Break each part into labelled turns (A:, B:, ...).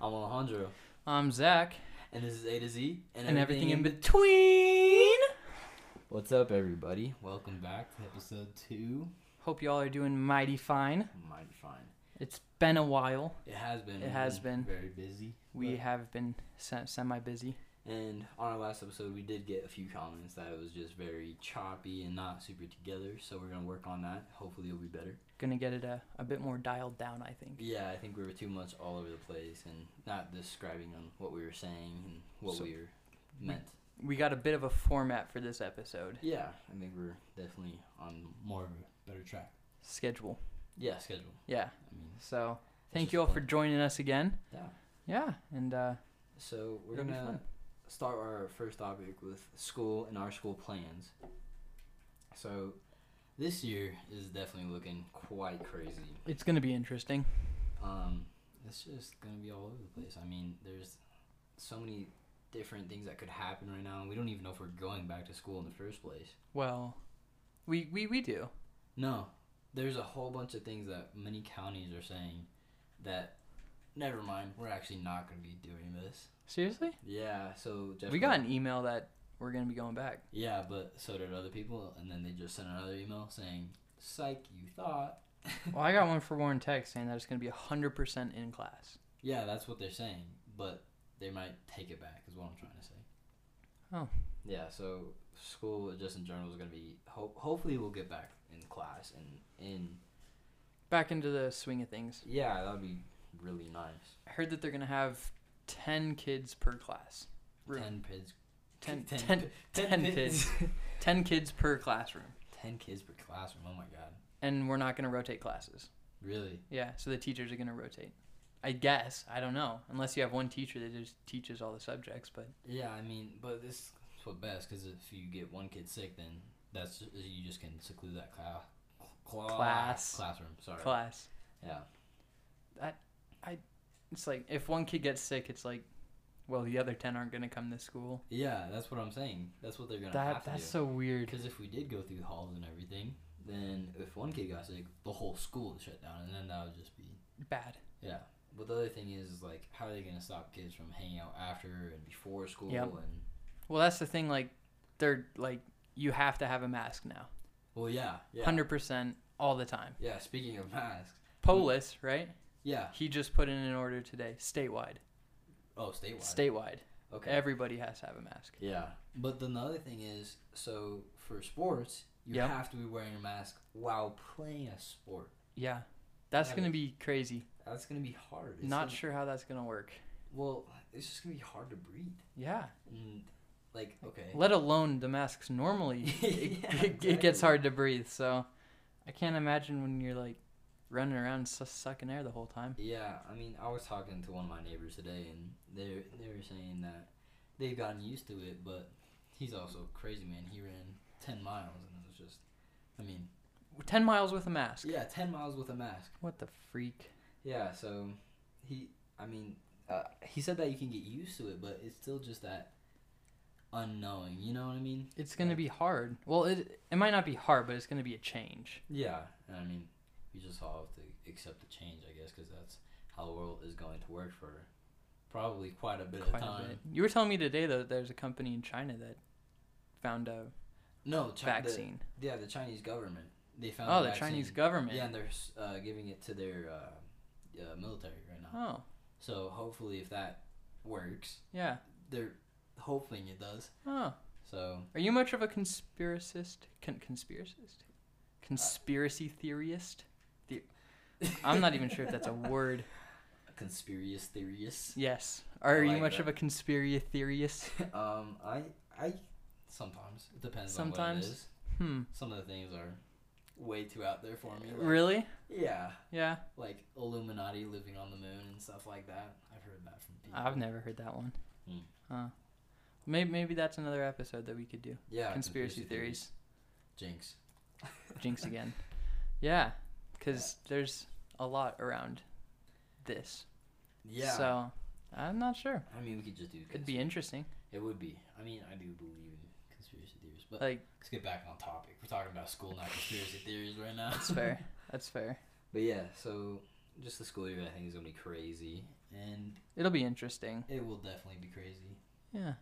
A: I'm Alejandro,
B: I'm Zach,
A: and this is A to Z
B: and, everything, in between.
A: What's up, everybody? Welcome back to episode two.
B: Hope y'all are doing mighty fine.
A: Mighty fine.
B: It's been a while.
A: It has been.
B: It has
A: we've
B: been.
A: very busy.
B: We
A: but-
B: have been se- semi-busy.
A: and on our last episode, we did get a few comments that it was just very choppy and not super together. So we're gonna work on that. Hopefully, it'll be better.
B: Gonna get it a, a bit more dialed down, I think.
A: Yeah, I think we were too much all over the place and not describing on what we were saying and what
B: So-
A: we were meant.
B: We got a bit of a format for this episode.
A: Yeah, I think we're definitely on more of a better track.
B: Schedule.
A: Yeah, schedule.
B: Yeah.
A: I mean,
B: So
A: It's
B: thank
A: just
B: you all for
A: fun.
B: joining us again.
A: yeah.
B: Yeah, and uh,
A: So we're
B: It'll be
A: gonna
B: fun.
A: start our first topic with school and our school plans. So this year is definitely looking quite crazy.
B: it's gonna be interesting.
A: Um, it's just gonna be all over the place. I mean, there's so many different things that could happen right now, and we don't even know if we're going back to school in the first place.
B: Well, we we, we do.
A: No, there's a whole bunch of things that many counties are saying that. Never mind, we're actually not going to be doing this.
B: Seriously?
A: Yeah, so
B: We got an email that we're gonna be going back.
A: Yeah, but so did other people, and then they just sent another email saying, "Psych, you thought."
B: Well, I got one for Warren Tech saying that it's going to be 100% in class.
A: Yeah, that's what they're saying, but they might take it back. Is what I'm trying to say.
B: Oh.
A: Yeah, so school just in general is gonna be. Ho- hopefully, we'll get back in class and in.
B: Back into the swing of things.
A: Yeah, that'd be really nice.
B: I heard that they're going to have 10 kids per class. Room.
A: Ten kids.
B: 10
A: ten-
B: 10 10 kids. 10 kids per classroom.
A: ten kids per classroom. Oh my god!
B: And we're not going to rotate classes.
A: Really?
B: Yeah, so the teachers are going to rotate. I guess. I don't know. Unless you have one teacher that just teaches all the subjects, but
A: Yeah, I mean, but this is what best because if you get one kid sick, then that's ju- you just can seclude that class.
B: Class.
A: Classroom. Sorry.
B: class.
A: Yeah.
B: It's like if one kid gets sick, it's like well, the other 10 aren't going to come to school.
A: Yeah, that's what I'm saying. That's what they're gonna
B: That
A: have to
B: that's
A: do.
B: so weird.
A: Because if we did go through halls and everything, then if one kid got sick, the whole school is shut down, and then that would just be
B: Bad.
A: yeah. But the other thing is, is like, how are they gonna stop kids from hanging out after and before school?
B: Yep.
A: And
B: Well, that's the thing. Like, they're like, you have to have a mask now,
A: well, yeah, yeah,
B: hundred percent all the time.
A: yeah. Speaking of masks,
B: Polis, right?
A: yeah.
B: He just put in an order today, statewide.
A: Oh, statewide.
B: Statewide,
A: okay.
B: everybody has to have a mask.
A: Yeah. But then the other thing is, so for sports, you
B: Yep.
A: have to be wearing a mask while playing a sport.
B: Yeah, that's
A: Yeah,
B: gonna
A: but-
B: be crazy.
A: That's gonna be hard. It's
B: Not
A: gonna-
B: sure how that's gonna work.
A: Well, it's just gonna be hard to breathe.
B: Yeah.
A: And like, okay.
B: Let alone the masks normally,
A: Yeah,
B: it, it, it
A: exactly.
B: gets hard to breathe. So, I can't imagine when you're like running around su- sucking air the whole time.
A: Yeah, I mean, I was talking to one of my neighbors today, and they they were saying that they've gotten used to it, but he's also a crazy man. He ran ten miles, and it was just, I mean,
B: Ten miles with a mask.
A: yeah, ten miles with a mask.
B: What the freak?
A: Yeah, so he, I mean, uh, he said that you can get used to it, but it's still just that unknowing. You know what I mean?
B: It's gonna
A: Like-
B: be hard. Well, it it might not be hard, but it's gonna be a change.
A: Yeah, and I mean, you just all have to accept the change, I guess, because that's how the world is going to work for probably quite a bit
B: Quite
A: of time.
B: a bit. You were telling me today though, there's a company in China that found a
A: No, Chi-
B: vaccine.
A: The, yeah, the Chinese government. They found.
B: oh,
A: a
B: the Chinese
A: vaccine.
B: government.
A: Yeah, and they're s- uh, giving it to their uh, uh, military right now.
B: Oh,
A: So hopefully, if that works,
B: yeah.
A: they're hoping it does.
B: Oh,
A: So
B: are you much of a conspiracist? Con- conspiracist? Conspiracy theorist? The- I'm not even sure if that's a word.
A: a conspiracy theorist.
B: Yes. Are you
A: like
B: much
A: that.
B: of a conspiracy theorist?
A: um, I, I, sometimes it depends on what
B: Sometimes.
A: it is.
B: Hmm.
A: Some of the things are way too out there for me. like-
B: Really?
A: Yeah,
B: Yeah.
A: like Illuminati living on the moon and stuff like that. I've heard that from people.
B: I've never heard that one.
A: Hmm.
B: Huh. Maybe maybe that's another episode that we could do.
A: yeah,
B: conspiracy theories.
A: Jinx.
B: Jinx again. Yeah, because there's a lot around this.
A: Yeah.
B: So I'm not sure.
A: I mean, we could just do.
B: It'd be interesting.
A: It would be. I mean, I do believe in conspiracy theories, but
B: Like
A: let's get back on topic. We're talking about school, not conspiracy theories right now.
B: that's fair. That's fair.
A: But yeah, so just the school year, I think is gonna be crazy, and
B: It'll be interesting.
A: it will definitely be crazy.
B: Yeah.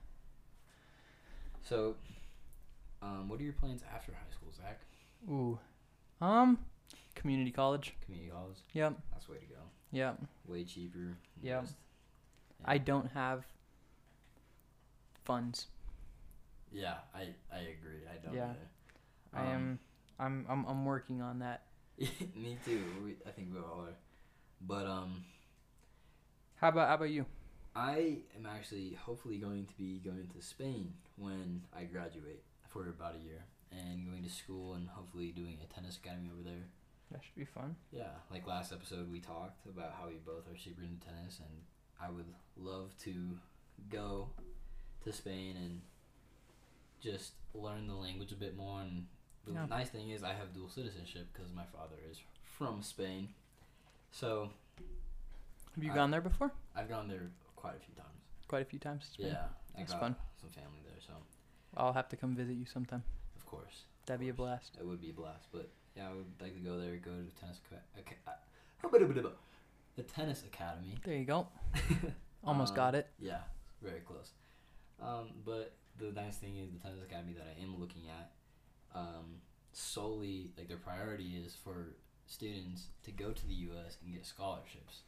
A: So, um, what are your plans after high school, Zach?
B: Ooh. Um, community college.
A: Community college.
B: Yep.
A: That's the way to go.
B: Yep.
A: Way cheaper. and
B: Yep.
A: just-
B: I don't have funds.
A: Yeah, I I agree. I don't.
B: Yeah.
A: either.
B: I
A: Um,
B: am. I'm. I'm. I'm working on that.
A: Me too. We, I think we all are. But um,
B: How about How about you?
A: I am actually hopefully going to be going to Spain when I graduate for about a year and going to school and hopefully doing a tennis academy over there.
B: That should be fun.
A: Yeah, like last episode, we talked about how we both are super into tennis, and I would love to go to Spain and just learn the language a bit more. And the
B: Yeah.
A: nice thing is, I have dual citizenship because my father is from Spain. So
B: Have you
A: I-
B: gone there before?
A: I've gone there quite a few times.
B: Quite a few times. It's been-
A: Yeah,
B: That's
A: I got
B: fun.
A: some family there, so
B: I'll have to come visit you sometime.
A: of course.
B: That'd be a
A: course.
B: blast.
A: It would be a blast, but yeah, I would like to go there, go to the tennis, okay, uh, the tennis academy.
B: There you go. Almost
A: Um.
B: got it.
A: Yeah, very close. Um, but the nice thing is the tennis academy that I am looking at, um, solely like their priority is for students to go to the U.S. and get scholarships,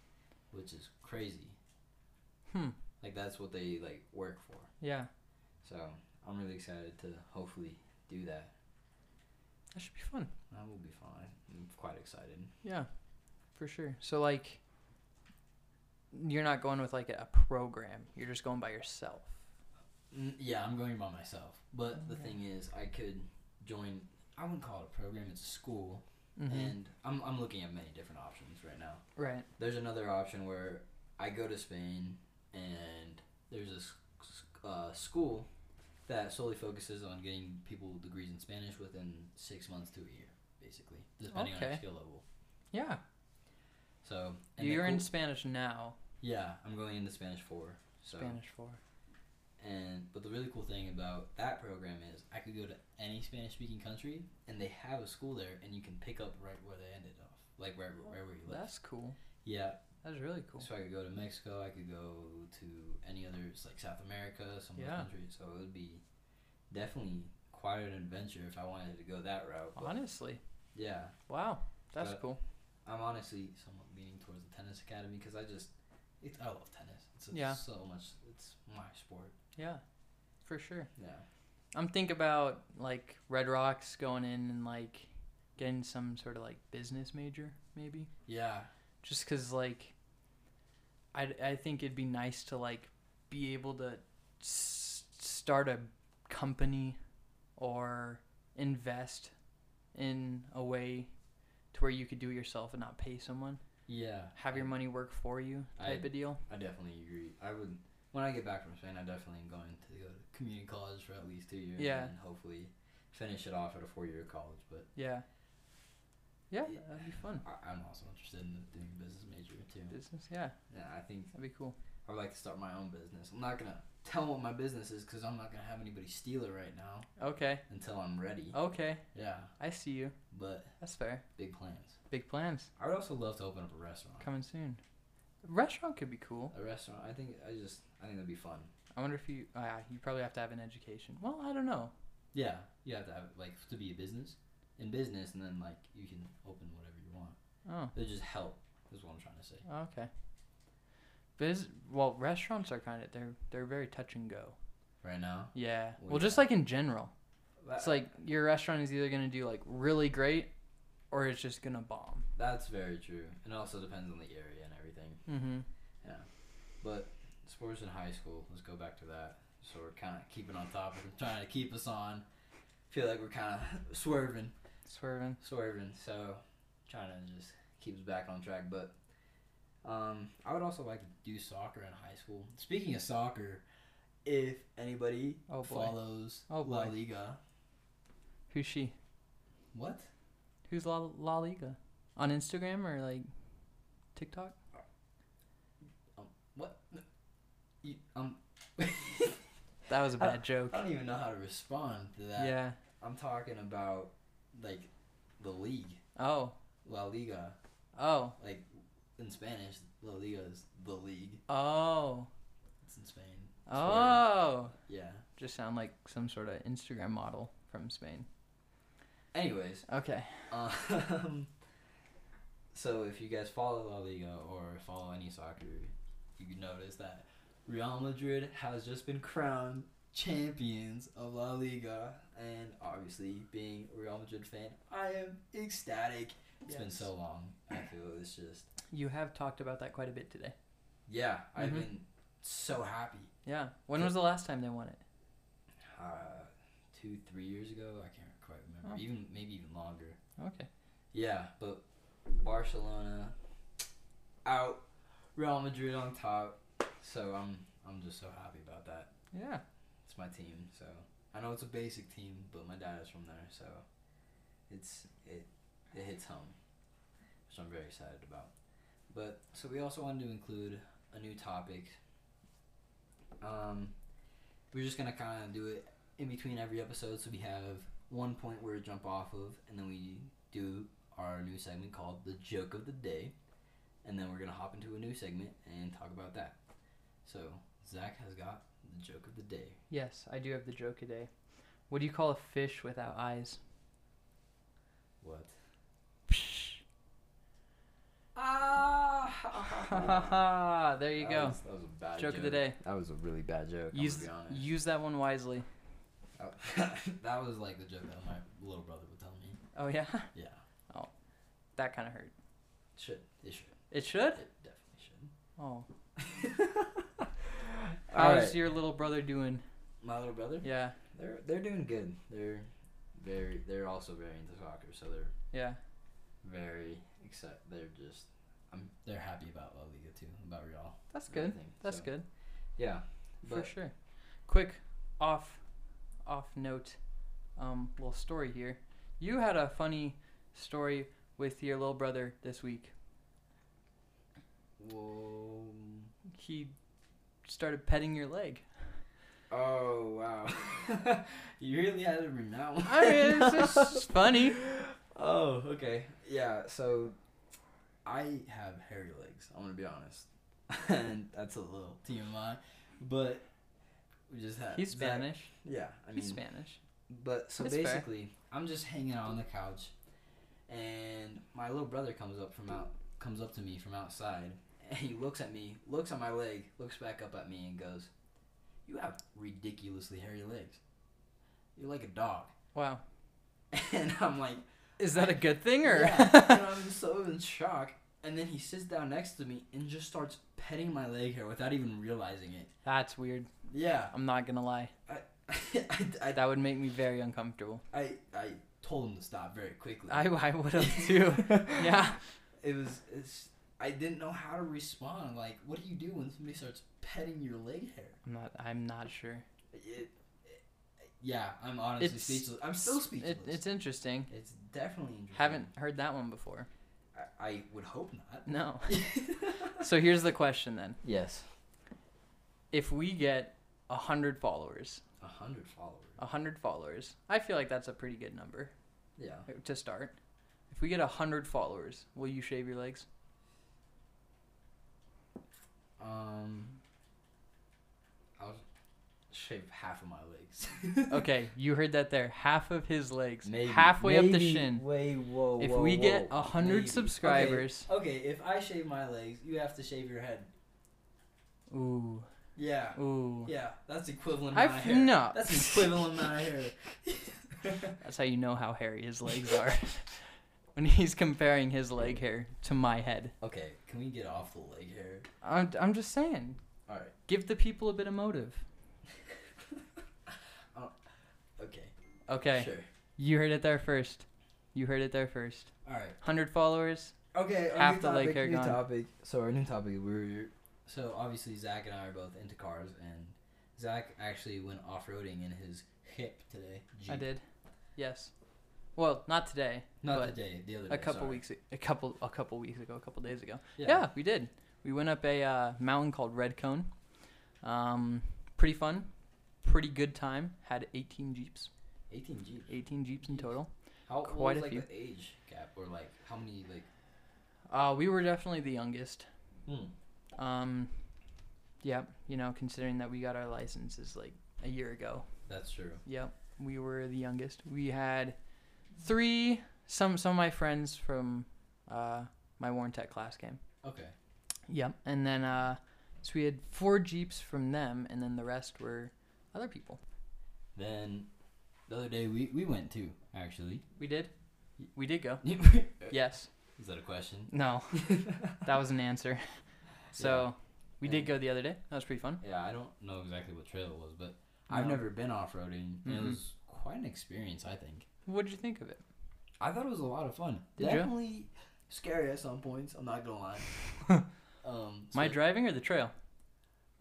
A: which is crazy.
B: Hmm.
A: Like that's what they like work for.
B: Yeah.
A: So I'm really excited to hopefully do that.
B: That should be fun.
A: That will be fun. I'm quite excited.
B: Yeah. For sure. So like, you're not going with like a program. You're just going by yourself.
A: N- Mm, Yeah, I'm going by myself. But the
B: Okay.
A: thing is, I could join. I wouldn't call it a program. It's a school.
B: Mm-hmm.
A: and I'm, I'm looking at many different options right now.
B: right.
A: There's another option where I go to Spain and there's a s- s- uh, school that solely focuses on getting people degrees in Spanish within six months to a year, basically, depending on your
B: Okay.
A: skill level.
B: Yeah.
A: So and the
B: You're in
A: cool-
B: Spanish now.
A: yeah, I'm going into Spanish four. So
B: Spanish four.
A: and but the really cool thing about that program is I could go to any Spanish speaking country and they have a school there and you can pick up right where they ended off, like where where were you live.
B: That's cool.
A: Yeah,
B: That's really cool.
A: So I could go to Mexico. I could go to any others like South America, some other
B: Yeah.
A: country. So it would be definitely quite an adventure if I wanted to go that route. But
B: Honestly,
A: yeah,
B: wow, that's
A: But-
B: cool.
A: I'm honestly somewhat leaning towards the tennis academy because I just, it's I love tennis. It's just
B: Yeah.
A: so much. It's my sport.
B: Yeah, for sure.
A: Yeah.
B: I'm thinking about like Red Rocks going in and like getting some sort of like business major maybe,
A: Yeah.
B: just because like I I think it'd be nice to like be able to s- start a company or invest in a way to where you could do it yourself and not pay someone.
A: Yeah.
B: Have your money work for you type
A: I-
B: of deal.
A: I definitely agree. I would. When I get back from Spain, I definitely am going to go to community college for at least two years.
B: Yeah.
A: And hopefully, finish it off at a four-year college. But
B: Yeah. Yeah,
A: Yeah.
B: that'd be fun.
A: I, I'm also interested in doing business major too.
B: Business, yeah,
A: Yeah, I think
B: that'd be cool.
A: I would like to start my own business. I'm not gonna tell what my business is because I'm not gonna have anybody steal it right now
B: Okay,
A: until I'm ready.
B: okay,
A: Yeah,
B: I see you.
A: but
B: That's fair.
A: big plans.
B: Big plans
A: I would also love to open up a restaurant.
B: coming soon. Restaurant could be cool.
A: A restaurant. I think I just I think that'd be fun.
B: I wonder if you, uh, you probably have to have an education. Well, I don't know.
A: Yeah, you have to have like to be a business in business, and then like you can open whatever you want.
B: Oh,
A: It just help is what I'm trying to say.
B: okay. Biz, well, restaurants are kind of they're they're very touch and go.
A: Right now,
B: Yeah.
A: Well,
B: Well, just
A: yeah.
B: like in general, it's
A: That-
B: like your restaurant is either gonna do like really great, or it's just gonna bomb.
A: that's very true, and it also depends on the area and everything.
B: Mm-hmm.
A: Yeah. But sports in high school, let's go back to that. So we're kind of keeping on topic. I'm trying to keep us on. Feel like we're kind of swerving,
B: Swerving.
A: swerving. So trying to just keep us back on track. But um, I would also like to do soccer in high school. Speaking of soccer, if anybody
B: Oh, boy.
A: follows
B: Oh,
A: La
B: boy.
A: Liga,
B: Who's she?
A: what?
B: Who's La, La Liga? On Instagram or like TikTok?
A: You, um,
B: That was a bad joke.
A: I don't even know how to respond to that.
B: Yeah.
A: I'm talking about like the league,
B: Oh.
A: La Liga.
B: Oh.
A: like in Spanish, La Liga is the league.
B: Oh.
A: It's in Spain. It's where-
B: Oh.
A: Yeah.
B: Just sound like some sort of Instagram model from Spain.
A: Anyways,
B: Okay.
A: um, so if you guys follow La Liga or follow any soccer, you can notice that Real Madrid has just been crowned champions of La Liga, and obviously, being a Real Madrid fan, I am ecstatic. It's been so long. I feel it's just
B: You have talked about that quite a bit today.
A: yeah. I've
B: Mhm.
A: been so happy.
B: Yeah. When was the last time they won it?
A: Uh, two, three years ago, I can't quite remember.
B: Oh.
A: Even maybe even longer.
B: Okay.
A: Yeah, but Barcelona out, Real Madrid on top. So I'm I'm just so happy about that.
B: Yeah.
A: It's my team. So I know it's a basic team, but my dad is from there, so it's it it hits home, which I'm very excited about. But so we also wanted to include a new topic. Um, we're just gonna kind of do it in between every episode, so we have one point where we jump off of, and then we do our new segment called the joke of the day, and then we're gonna hop into a new segment and talk about that. So Zach has got the joke of the day.
B: Yes, I do have the joke a day. What do you call a fish without eyes?
A: What?
B: Ah, there you
A: That
B: go.
A: was- that was a bad
B: joke of the day.
A: That was a really bad joke.
B: Use
A: I'm gonna be honest.
B: use that one wisely.
A: That- that was like the joke that my little brother would tell me.
B: Oh yeah,
A: Yeah.
B: that kind of hurt.
A: Should it should
B: It should.
A: it definitely should.
B: Oh,
A: All
B: how's
A: right.
B: your little brother doing?
A: My little brother.
B: Yeah,
A: They're they're doing good. They're very they're also very into soccer, so they're
B: yeah,
A: very excited. They're just I'm they're happy about La Liga too about Real.
B: that's
A: and
B: good.
A: everything,
B: That's
A: so,
B: good
A: Yeah.
B: for
A: But
B: sure. Quick off off note, um, little story here. You had a funny story with your little brother this week.
A: whoa.
B: He started petting your leg.
A: Oh wow. you really had to remember that one.
B: I mean, it's just funny.
A: Oh, okay. Yeah, so I have hairy legs, I'm gonna be honest. and that's a little TMI. But we just had
B: He's
A: that-
B: Spanish.
A: Yeah, I mean
B: He's Spanish.
A: but so
B: It's fair.
A: basically I'm just hanging out on the couch and my little brother comes up from out comes up to me from outside and he looks at me, looks at my leg, looks back up at me and goes, You have ridiculously hairy legs. You're like a dog.
B: Wow.
A: And I'm like
B: Is that a good thing or?
A: yeah, and I'm so in shock. And then he sits down next to me and just starts petting my leg hair without even realizing it.
B: That's weird.
A: Yeah.
B: I'm not gonna lie.
A: I, I,
B: That would make me very uncomfortable.
A: I, I told him to stop very quickly.
B: I, I would have too. yeah.
A: It was, it's, I didn't know how to respond. Like, what do you do when somebody starts petting your leg hair?
B: I'm not. I'm not sure.
A: It, it- yeah, I'm honestly
B: It's-
A: speechless. I'm still speechless.
B: It, it's interesting.
A: It's definitely interesting.
B: Haven't heard that one before.
A: I, I would hope not.
B: No. so here's the question then:
A: Yes.
B: If we get a hundred followers,
A: A hundred followers.
B: a hundred followers, I feel like that's a pretty good number uh,
A: Yeah.
B: to start. If we get a hundred followers, will you shave your legs?
A: Um, I'll shave half of my legs.
B: Okay, you heard that there. Half of his legs, halfway up the shin.
A: Way, whoa,
B: If
A: whoa,
B: we get
A: whoa.
B: a hundred
A: Maybe.
B: subscribers,
A: Okay, okay, if I shave my legs, you have to shave your head.
B: ooh,
A: Yeah,
B: ooh,
A: yeah, that's equivalent amount of
B: I've
A: hair.
B: no.
A: That's an equivalent amount of hair.
B: That's how you know how hairy his legs are. when he's comparing his leg hair to my head.
A: Okay, can we get off the leg hair?
B: I'm, I'm just saying,
A: All right,
B: give the people a bit of motive.
A: okay,
B: Okay,
A: sure.
B: you heard it there first. You heard it there first.
A: All right.
B: 100 followers.
A: Okay, our
B: Half
A: new
B: the leg
A: topic,
B: hair
A: new
B: gone.
A: topic. So our new topic, we're so obviously Zach and I are both into cars, and Zach actually went off roading in his hip today.
B: I
A: Jeep.
B: did. Yes. Well, not today.
A: Not
B: but
A: today, the other day.
B: A couple
A: sorry.
B: weeks, a couple, a couple weeks ago, a couple days ago.
A: Yeah.
B: Yeah, we did. We went up a uh, mountain called Red Cone. Um, pretty fun, pretty good time. Had 18 jeeps,
A: 18 Jeep.
B: 18 jeeps in total.
A: How
B: Quite
A: what was
B: a
A: like
B: few.
A: the age gap, or like how many like
B: Uh, we were definitely the youngest.
A: Hmm.
B: Um, yeah, you know, considering that we got our licenses like a year ago.
A: That's true.
B: Yep, we were the youngest. We had three. Some some of my friends from uh, my Warren Tech class came.
A: Okay.
B: Yep, and then uh, so we had four jeeps from them, and then the rest were other people.
A: Then the other day we, we went too, actually.
B: We did, we did go.
A: Is
B: Yes.
A: that a question?
B: No, that was an answer. So we did
A: Yeah.
B: go the other day. That was pretty fun.
A: Yeah, I don't know exactly what trail it was, but I've
B: No.
A: never been off roading, and it
B: Mhm.
A: was quite an experience. I think
B: What did you think of it?
A: I thought it was a lot of fun.
B: Did ya?
A: Definitely scary at some points. I'm not gonna lie. um,
B: My
A: so-
B: driving or the trail?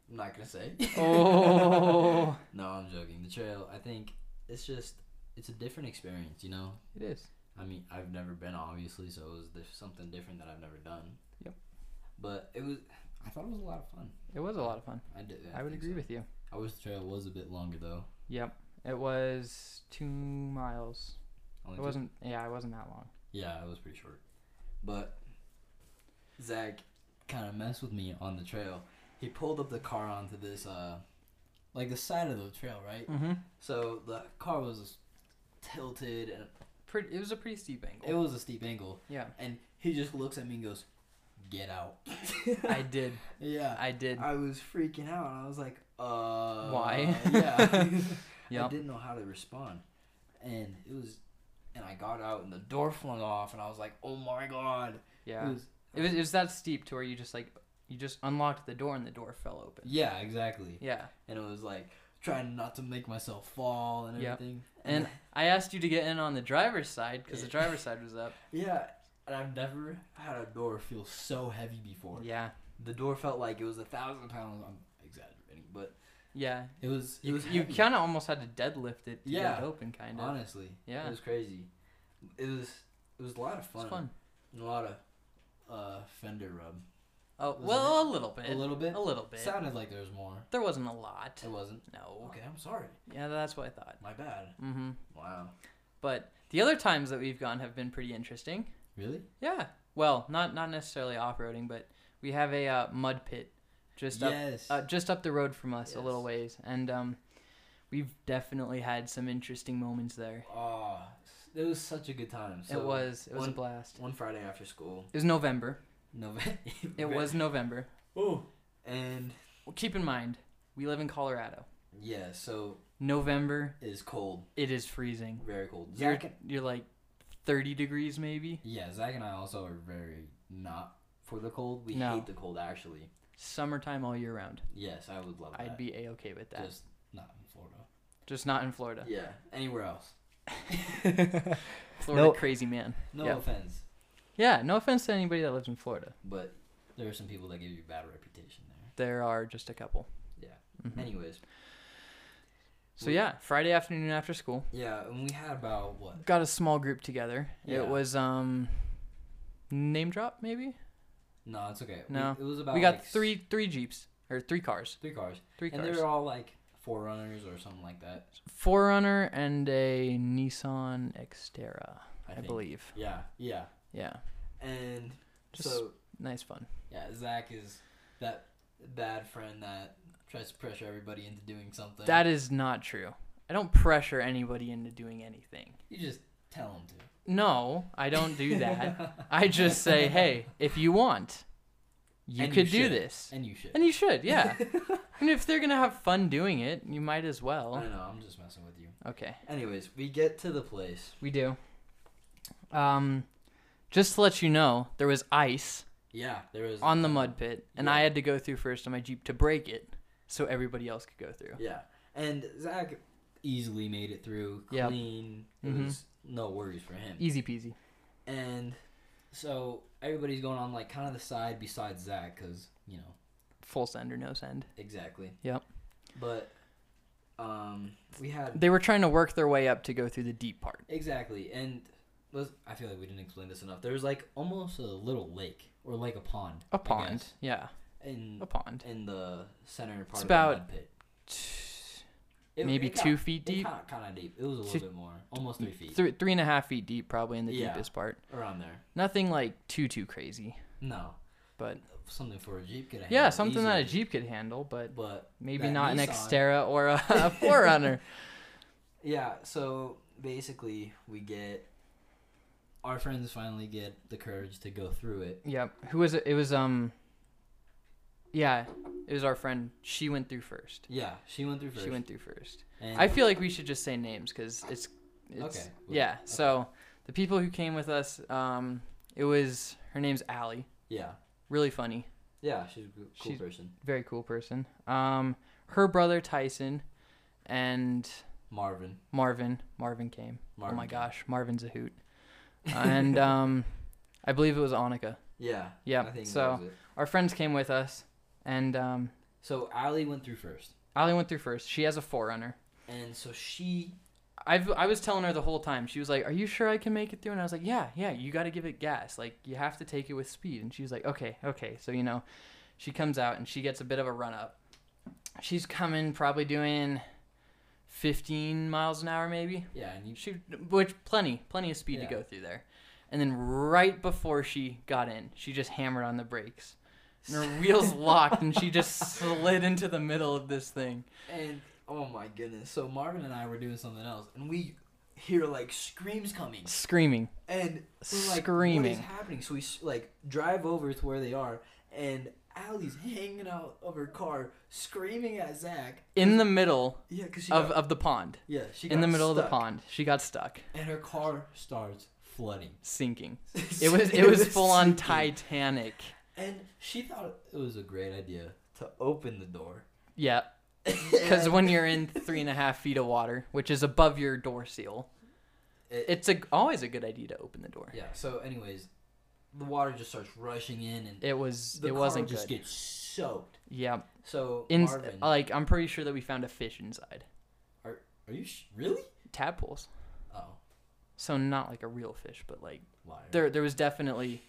A: I'm not gonna say.
B: Oh,
A: no, I'm joking. The trail. I think it's just it's a different experience. You know,
B: it is.
A: I mean, I've never been obviously, so it was dif- something different that I've never done.
B: Yep.
A: But it was. I thought it was a lot of fun.
B: It was a lot of fun.
A: I did.
B: I would
A: think
B: agree
A: so.
B: with you.
A: I wish the trail was a bit longer though.
B: Yep. It was two miles.
A: Only
B: It
A: two-
B: wasn't. Yeah, it wasn't that long.
A: Yeah, it was pretty short. But Zach kind of messed with me on the trail. He pulled up the car onto this, uh, like the side of the trail, right?
B: Mm-hmm.
A: So the car was tilted and
B: Pretty. It was a pretty steep angle.
A: it was a steep angle.
B: yeah.
A: And he just looks at me and goes, Get out.
B: I did.
A: yeah.
B: I did.
A: I was freaking out. I was like, Uh.
B: Why?
A: yeah. I
B: Yep.
A: didn't know how to respond. And it was, and I got out and the door flung off and I was like, Oh my god.
B: Yeah.
A: It was
B: It was. It was that steep to where you just like you just unlocked the door and the door fell open.
A: Yeah, exactly.
B: Yeah.
A: And it was like trying not to make myself fall and
B: Yep.
A: everything.
B: And I asked you to get in on the driver's side because the
A: Yeah.
B: driver's side was up.
A: yeah, and I've never had a door feel so heavy before.
B: Yeah.
A: The door felt like it was a thousand pounds. I'm exaggerating, but
B: Yeah.
A: it was. It
B: You,
A: was
B: you
A: heavy,
B: kind of almost had to deadlift it to
A: Yeah.
B: get it open, kind of.
A: honestly.
B: Yeah.
A: it was crazy. It was. It was a lot of
B: It was
A: fun.
B: fun.
A: And a lot of uh, fender rub.
B: Oh
A: Wasn't
B: well, a little bit.
A: A little bit.
B: A little bit.
A: Sounded like there was more.
B: There wasn't a lot.
A: It wasn't.
B: No.
A: Okay, I'm sorry.
B: Yeah, that's what I thought.
A: My bad.
B: Mm-hmm.
A: Wow.
B: But the other times that we've gone have been pretty interesting.
A: Really?
B: Yeah. Well, not not necessarily off roading, but we have a uh, mud pit just up
A: yes.
B: uh, just up the road from us a little
A: Yes.
B: ways, and um, we've definitely had some interesting moments there.
A: oh, it was such a good time. So
B: it was it was a
A: one-
B: blast.
A: One Friday after school,
B: It was November.
A: November.
B: It was November.
A: Oh, and
B: Well, keep in mind, we live in Colorado.
A: yeah, so
B: November,
A: it's cold,
B: it is freezing.
A: very cold.
B: You're,
A: Zach, and-
B: you're like 30 degrees maybe.
A: yeah, Zach and I also are very not for the cold. We
B: No.
A: hate the cold, actually.
B: Summertime all year round.
A: Yes, I would love
B: I'd
A: that.
B: be a okay with that. Just,
A: just not in Florida.
B: not in Florida.
A: Yeah, anywhere else.
B: Florida
A: No-
B: crazy man.
A: No
B: Yeah.
A: offense,
B: Yeah, no offense to anybody that lives in Florida.
A: but there are some people that give you a bad reputation there.
B: There are just a couple.
A: Yeah.
B: Mhm.
A: Anyways,
B: So yeah, Friday afternoon after school,
A: yeah, and we had about what?
B: got a small group together.
A: Yeah.
B: It was um name drop maybe.
A: No, it's okay. We-
B: No.
A: it was about
B: we got
A: like, s-
B: three three jeeps or three cars,
A: three cars,
B: three
A: and
B: cars.
A: they were all like forerunners or something like that.
B: Forerunner and a Nissan Xterra,
A: I,
B: I,
A: think.
B: believe.
A: Yeah, yeah.
B: Yeah,
A: And
B: Just-
A: so
B: nice fun.
A: yeah, Zach is that bad friend that tries to pressure everybody into doing something.
B: That is not true. I don't pressure anybody into doing anything.
A: you just tell him to.
B: No, I don't do that. I just say, hey, if you want, you
A: And you
B: could do
A: should.
B: this.
A: and you should.
B: And you should, yeah. and if they're going to have fun doing it, you might as
A: I
B: well.
A: don't know. I'm just messing with you.
B: Okay,
A: Anyways, we get to the place.
B: we do. Um, just to let you know, there was ice
A: Yeah, there was
B: on the mud pit, and I
A: Yeah.
B: had to go through first on my Jeep to break it so everybody else could go through.
A: Yeah, and Zach easily made it through
B: Yep.
A: clean. It
B: Mhm.
A: was no worries for him.
B: Easy peasy.
A: And so everybody's going on like kind of the side besides Zach because you know
B: Full send or no send.
A: Exactly.
B: Yep.
A: But um, we had
B: They were trying to work their way up to go through the deep part.
A: exactly, and was I feel like we didn't explain this enough. There was like almost a little lake or like a pond.
B: A
A: I
B: pond.
A: guess,
B: Yeah,
A: in
B: a pond.
A: in the center part
B: It's
A: of
B: about-
A: the mud pit. It-
B: maybe
A: it got-
B: two feet
A: It
B: deep,
A: kind of, kind of deep. It was a little
B: Two-
A: bit more, almost three feet,
B: three three and a half feet deep, probably in the
A: Yeah.
B: deepest part.
A: around there.
B: Nothing like too too crazy,
A: No,
B: but
A: something for a jeep could. have
B: yeah,
A: handled
B: something that a
A: easily,
B: jeep could handle, but
A: But
B: maybe
A: that
B: not an
A: Nissan-
B: Xterra or a, a Forerunner.
A: Yeah, so basically, we get our friends finally get the courage to go through it.
B: Yep. Who was it? It was um. Yeah, it was our friend. She went through first.
A: Yeah, she went through first.
B: She went through first.
A: and
B: I feel like we should just say names because it's, it's
A: Okay, we-
B: yeah.
A: okay.
B: So the people who came with us, um, it was her name's Allie.
A: yeah,
B: Really funny,
A: yeah, she's a g- cool
B: She's-
A: person.
B: very cool person. Um, her brother Tyson, and
A: Marvin.
B: Marvin. Marvin came.
A: Marvin
B: oh my
A: came.
B: gosh, Marvin's a hoot. and um, I believe it was Annika.
A: Yeah.
B: Yep,
A: I think that
B: so-
A: was it.
B: Our friends came with us, and um,
A: so Allie went through first,
B: Allie went through first. She has a forerunner.
A: and so she
B: I've, I was telling her the whole time. She was like, "Are you sure I can make it through?" And I was like, "Yeah, yeah. You got to give it gas. Like you have to take it with speed." And she was like, "Okay, okay." So you know, she comes out and she gets a bit of a run up. She's coming, probably doing fifteen miles an hour, maybe.
A: yeah, and you
B: She, which plenty, plenty of speed
A: Yeah.
B: to go through there. And then right before she got in, she just hammered on the brakes, and her wheels locked, and she just slid into the middle of this thing.
A: and oh my goodness. So Marvin and I were doing something else, and we hear like screams coming.
B: Screaming.
A: and we're like, What
B: Screaming.
A: is happening? So we s- like drive over to where they are, and Allie's hanging out of her car, screaming at Zach.
B: In the middle
A: Yeah, because she
B: of,
A: got,
B: of the pond.
A: yeah she
B: in the
A: got
B: middle of the
A: stuck,
B: pond. She got stuck,
A: and her car starts flooding.
B: sinking. It was it was full on
A: sinking.
B: Titanic.
A: And she thought it was a great idea to open the door.
B: Yeah, because when you're in three and a half feet of water, which is above your door seal,
A: It-
B: it's a, always a good idea to open the door.
A: yeah. So, anyways, the water just starts rushing in, and
B: It was
A: the
B: it
A: car
B: wasn't
A: just
B: good. uh,
A: gets soaked.
B: yeah,
A: So
B: in
A: Marvin,
B: like I'm pretty sure that we found a fish inside
A: are you sh- really?
B: tadpoles.
A: Oh,
B: So not like a real fish, but like
A: liar.
B: there there was definitely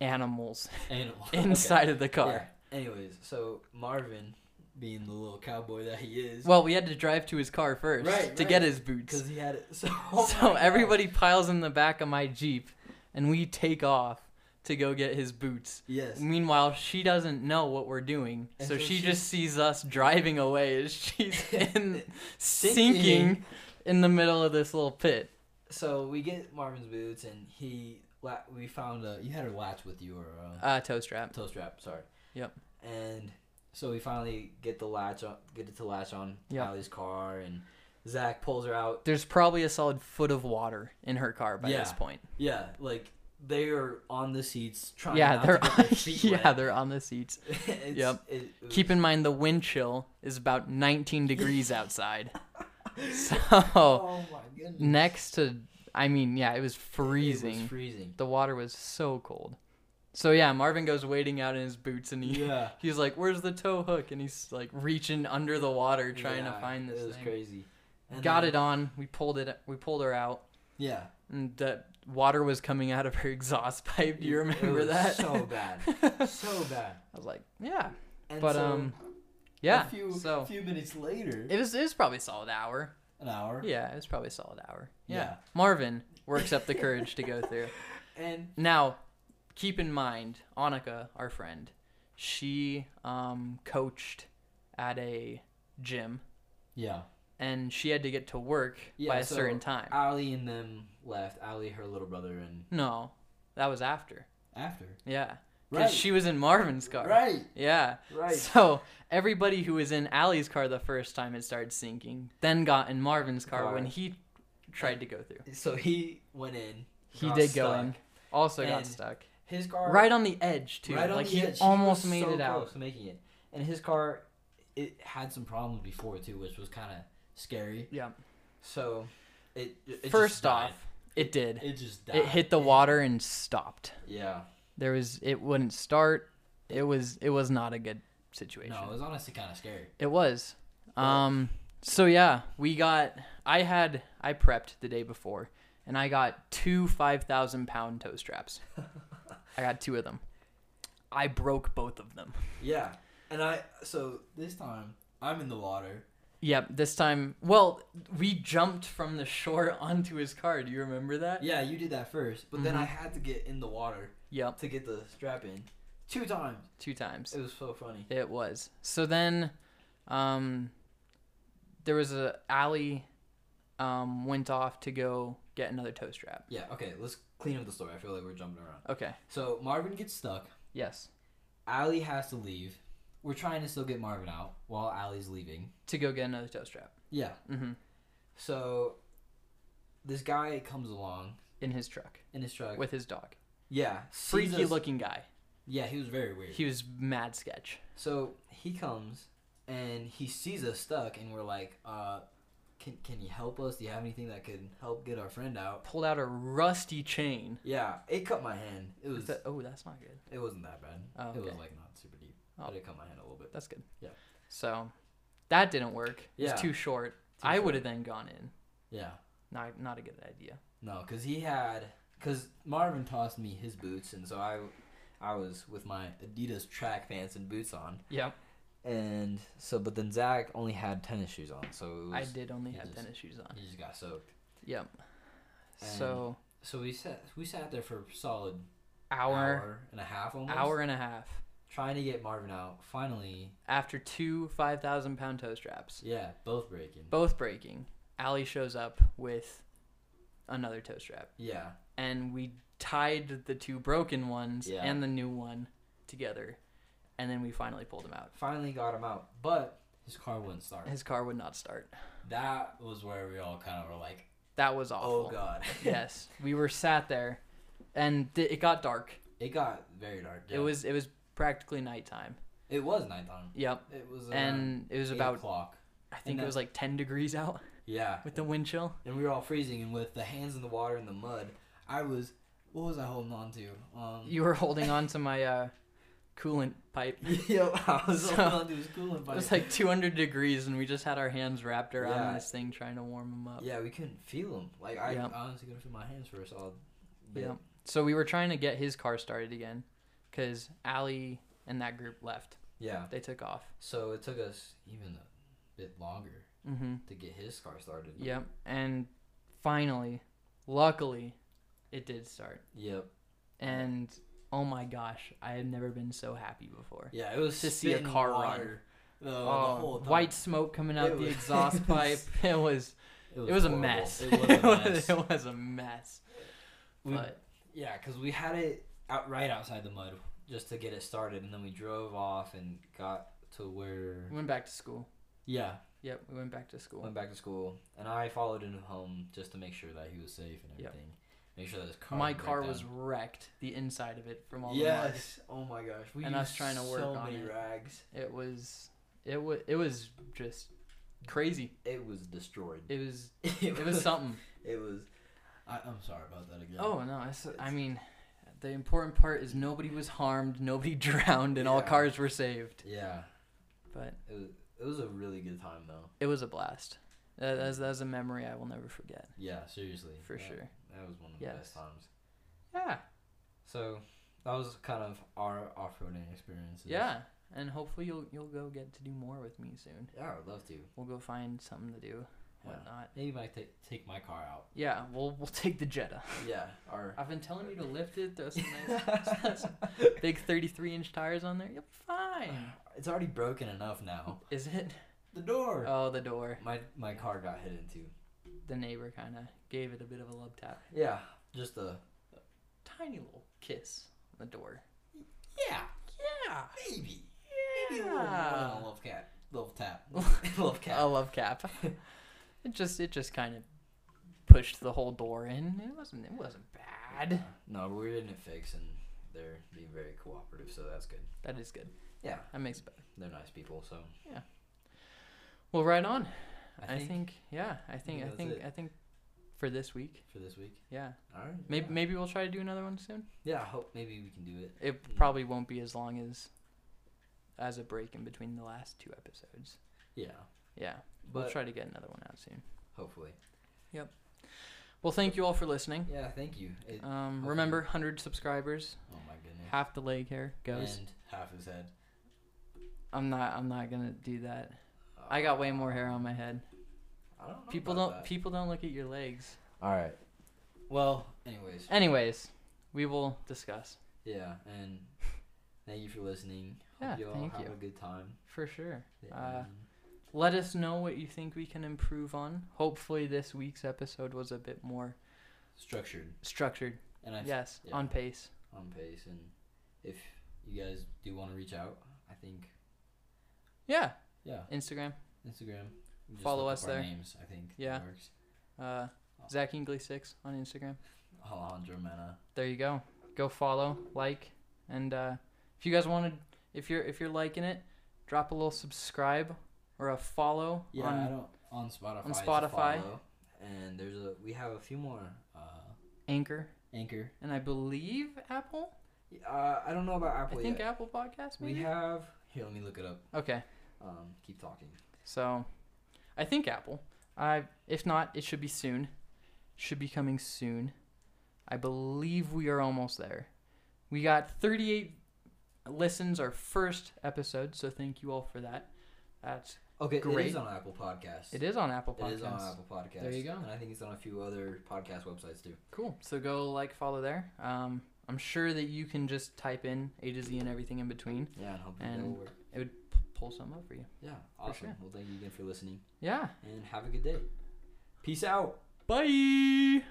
B: animals
A: Animal. Okay.
B: inside of the car.
A: Yeah. Anyways, so Marvin, being the little cowboy that he is,
B: Well, we had to drive to his car first
A: Right,
B: to
A: right. oh
B: get his boots.
A: because he had it. So,
B: so everybody piles in the back of my jeep and we take off to go get his boots
A: Yes.
B: meanwhile she doesn't know what we're doing
A: And
B: so
A: so
B: she
A: she-
B: just sees us driving away as she's in
A: Sinking.
B: sinking in the middle of this little pit
A: So we get Marvin's boots, and he la- we found a you had a latch with you or a
B: uh toe strap
A: toe strap. Sorry.
B: Yep.
A: And so we finally get the latch on, get it to latch on
B: Yep.
A: Allie's car, and Zach pulls her out.
B: there's probably a solid foot of water in her car by this
A: Yeah.
B: point
A: Yeah, like they are on the seats trying.
B: yeah
A: not
B: they're
A: to get their feet
B: yeah
A: wet.
B: they're on the seats
A: It's-
B: Yep.
A: it- it
B: keep in mind the wind chill is about 19 degrees outside so
A: Oh my goodness.
B: next to I mean, yeah, it was freezing.
A: It was freezing.
B: the water was so cold. So yeah, Marvin goes wading out in his boots and he
A: Yeah.
B: he's like, "Where's the tow hook?" and he's like reaching under the water trying to
A: Yeah,
B: find this
A: It was
B: thing.
A: crazy. And
B: Got
A: then-
B: it on. We pulled it we pulled her out
A: Yeah.
B: and the water was coming out of her exhaust pipe. Do you
A: It- it
B: remember
A: was
B: that?
A: So bad. so bad.
B: I was like, "Yeah."
A: And
B: but
A: so,
B: um yeah.
A: A few,
B: so
A: few minutes later,
B: it was it was probably a solid hour.
A: an hour.
B: Yeah, it was probably a solid hour. yeah.
A: Yeah.
B: Marvin works up the courage to go through.
A: And
B: Now, keep in mind, Annika, our friend, she um, coached at a gym,
A: yeah,
B: and she had to get to work
A: Yeah,
B: by a
A: so-
B: certain time.
A: Allie and them left. Allie, her little brother, and
B: no, that was after.
A: after.
B: Yeah, because
A: Right.
B: she was in Marvin's car.
A: Right.
B: Yeah.
A: Right.
B: So everybody who was in Allie's car the first time had started sinking, then got in Marvin's car,
A: Car.
B: when he tried to go through.
A: So he went in.
B: He
A: got
B: did go
A: stuck.
B: in. Also got
A: And
B: stuck.
A: His car.
B: Right on the edge too.
A: right on
B: like
A: the
B: he
A: edge.
B: almost
A: was
B: made
A: so
B: it out.
A: close to making it. And his car, it had some problems before too, which was kind of scary.
B: Yeah.
A: So, it. it just
B: First
A: died.
B: off, it did.
A: It just died.
B: It hit the water and stopped.
A: Yeah.
B: There was it wouldn't start. It was it was not a good situation.
A: No, it was honestly kind of scary.
B: It was. Um so yeah, we got I had I prepped the day before and I got two 5000 pound toe straps. I got two of them. I broke both of them.
A: Yeah. And I so this time I'm in the water
B: Yep, this time. Well, we jumped from the shore onto his car. Do you remember that?
A: Yeah, you did that first, but then
B: Mhm.
A: I had to get in the water
B: Yep,
A: to get the strap in two times.
B: two times.
A: It was so funny.
B: It was. So then, um, there was a alley, um, went off to go get another toe strap.
A: Yeah. Okay, let's clean up the story. I feel like we're jumping around.
B: Okay.
A: So Marvin gets stuck.
B: Yes.
A: Allie has to leave. We're trying to still get Marvin out while Allie's leaving.
B: To go get another toe strap.
A: Yeah.
B: Mm-hmm.
A: So this guy comes along
B: In his truck
A: in his truck.
B: with his dog.
A: yeah. sees
B: Freaky
A: us-
B: looking guy.
A: Yeah, he was very weird.
B: He was mad sketch.
A: So he comes and he sees us stuck, and we're like, uh, "Can can you help us? Do you have anything that could help get our friend out?"
B: Pulled out a rusty chain.
A: Yeah, it cut my hand. It was
B: That- oh, that's not good.
A: it wasn't that bad.
B: Oh,
A: It was
B: okay.
A: like not super deep,
B: Oh.
A: but it cut my hand a little bit.
B: That's good.
A: Yeah.
B: So, that didn't work. It
A: Yeah.
B: was too short.
A: Too
B: I
A: short.
B: would have then gone in.
A: Yeah,
B: Not not a good idea.
A: no, because he had because Marvin tossed me his boots, and so I I was with my Adidas track pants and boots on,
B: Yep.
A: and so but then Zach only had tennis shoes on, so it was,
B: I did only
A: it
B: have
A: just-
B: tennis shoes on.
A: He just got soaked.
B: Yep.
A: And-
B: So.
A: So we sat we sat there for a solid
B: hour
A: hour and a half almost.
B: hour and a half
A: trying to get Marvin out. Finally,
B: after two 5000 pound toe straps
A: yeah, both breaking.
B: both breaking ali shows up with another toe strap
A: yeah,
B: and we tied the two broken ones
A: Yeah.
B: and the new one together and then we finally pulled him out
A: finally got him out, but his car wouldn't start.
B: his car would not start
A: That was where we all kind of were like,
B: that was awful
A: "Oh God!"
B: yes we were sat there and th- it got dark
A: it got very dark.
B: it
A: yeah.
B: was it was practically nighttime
A: It was nighttime.
B: yep
A: It was. around
B: and it was
A: eight
B: about
A: o'clock.
B: i think it
A: that-
B: was like 10 degrees out
A: Yeah,
B: with the wind chill
A: and we were all freezing, and with the hands in the water and the mud, I was. What was I holding on to? Um,
B: You were holding on to my uh, coolant pipe.
A: Yo, I was
B: So-
A: holding on to his coolant
B: It
A: bike.
B: was like 200 degrees, and we just had our hands wrapped around
A: Yeah.
B: this thing trying to warm them up.
A: yeah, we couldn't feel him. Like I
B: Yeah.
A: honestly couldn't feel my hands for a solid.
B: Yeah.
A: bit.
B: So we were trying to get his car started again, because Allie and that group left.
A: Yeah.
B: They took off.
A: So it took us even a bit longer
B: Mm-hmm.
A: to get his car started.
B: Yep. And finally, luckily, it did start.
A: Yep.
B: And oh my gosh, I have never been so happy before.
A: Yeah, it was
B: To see a
A: spitting
B: car
A: water uh, The, the
B: Oh,
A: whole time.
B: white smoke coming out
A: It
B: the
A: was-
B: exhaust
A: it was-
B: pipe. It was It was, a
A: horrible.
B: mess.
A: It was a mess.
B: it was a mess.
A: We-
B: But
A: yeah, because we had it out right outside the mud just to get it started, and then we drove off and got to where.
B: we went back to school.
A: Yeah,
B: Yep, we went back to school.
A: went back to school, and I followed him home just to make sure that he was safe and
B: Yep.
A: everything. Make sure that his car.
B: My
A: didn't break
B: car
A: down.
B: was wrecked. The inside of it from all
A: Yes. Oh my gosh. We
B: And
A: used
B: us trying to work
A: so
B: on
A: many
B: it.
A: rags.
B: the mud. It was. It was. It was just crazy.
A: It was destroyed.
B: It was. It was something.
A: It was. I, I'm sorry about that again.
B: Oh no! It's, I mean, the important part is nobody was harmed, nobody drowned, and all
A: Yeah.
B: cars were saved.
A: Yeah,
B: But
A: it was. It was a really good time though.
B: it was a blast. That, that's that's a memory I will never forget
A: Yeah, seriously.
B: for
A: that-
B: sure.
A: That was one of the
B: Yes.
A: best times.
B: Yeah.
A: So that was kind of our off-roading experiences.
B: Yeah. And hopefully you'll you'll go get to do more with me soon.
A: Yeah, I would love to.
B: We'll go find something to do,
A: Yeah.
B: whatnot.
A: Maybe I take take my car out.
B: Yeah, we'll we'll take the Jetta.
A: Yeah. Or.
B: I've been telling you to lift it, throw some nice some big 33 inch tires on there. You'll be fine.
A: It's already broken enough now.
B: Is it?
A: The door.
B: Oh, the door.
A: my my car got hit into.
B: The neighbor kind of gave it a bit of a love tap,
A: Yeah. Just a.
B: tiny little kiss. on The door.
A: Yeah.
B: Yeah.
A: Maybe. Maybe a little more than a
B: Yeah.
A: love cat. Love tap. love cat.
B: A love cap. it just it just kind of pushed the whole door in. It wasn't it wasn't bad.
A: Uh, No, we're getting it fixed, and they're being very cooperative, so that's good.
B: That is good.
A: Yeah,
B: That makes it better.
A: they're nice people, so
B: Well, right on.
A: I, think,
B: yeah. I think I
A: that's
B: think
A: it.
B: I think for this week.
A: for this week.
B: Yeah.
A: All right.
B: Maybe
A: yeah.
B: maybe we'll try to do another one soon.
A: Yeah, I hope maybe we can do it.
B: It
A: Mm.
B: probably won't be as long as as a break in between the last two episodes.
A: Yeah,
B: Yeah.
A: but
B: we'll try to get another one out soon.
A: hopefully.
B: Well, thank you all for listening.
A: Yeah, thank you. It,
B: Um,
A: hopefully.
B: remember, 100 subscribers,
A: oh my goodness.
B: half the leg hair goes.
A: and half his head.
B: I'm not. I'm not gonna do that.
A: Uh,
B: I got way more hair on my head.
A: I don't know
B: People
A: about
B: don't
A: that.
B: people don't look at your legs.
C: All right.
A: well, anyways,
B: Anyways, we will discuss
A: yeah, and thank you for listening.
B: Yeah,
A: Hope you all
B: thank
A: have
B: you.
A: a good time.
B: for sure. Uh,
A: And
B: let us know what you think we can improve on. Hopefully, this week's episode was a bit more
A: structured,
B: structured.
A: and I
B: yes,
A: yeah.
B: on pace.
A: on pace. And if you guys do want to reach out, I think
B: Yeah,
A: yeah,
B: Instagram.
A: Instagram. Just
B: Follow
A: look
B: us
A: up our
B: there.
A: Names, I think. that
B: Yeah.
A: Works.
B: Uh, Zach Ingley six on Instagram.
A: Alejandro Mena.
B: there you go. Go follow, like, and uh, if you guys wanted, if you're if you're liking it, drop a little subscribe or a follow
A: Yeah,
B: on
A: I don't on Spotify. it's a
B: Spotify.
A: follow, and there's a we have a few more uh,
B: Anchor
A: Anchor.
B: and I believe Apple.
A: Uh, I don't know about Apple
B: I think
A: yet.
B: Apple Podcasts.
A: we
B: Maybe.
A: have here. Let me look it up.
B: okay,
A: Um, keep talking.
B: so I think Apple. I if not, it should be soon. Should be coming soon. I believe we are almost there. We got 38 listens our first episode, so thank you all for that. That's
A: Okay, it
B: Great.
A: is on Apple Podcasts.
B: it is on Apple
A: It
B: Podcasts.
A: is on Apple Podcasts.
B: There you go.
A: And I think it's on a few other podcast websites too.
B: Cool. So go like, follow there. Um, I'm sure that you can just type in A to Z and everything in between.
A: Yeah, and hopefully
B: And-
A: that will work.
B: It would p- pull some up for you.
A: Yeah, awesome.
B: sure.
A: Well, thank you again for listening,
B: Yeah.
A: and have a good day. Peace out.
B: Bye.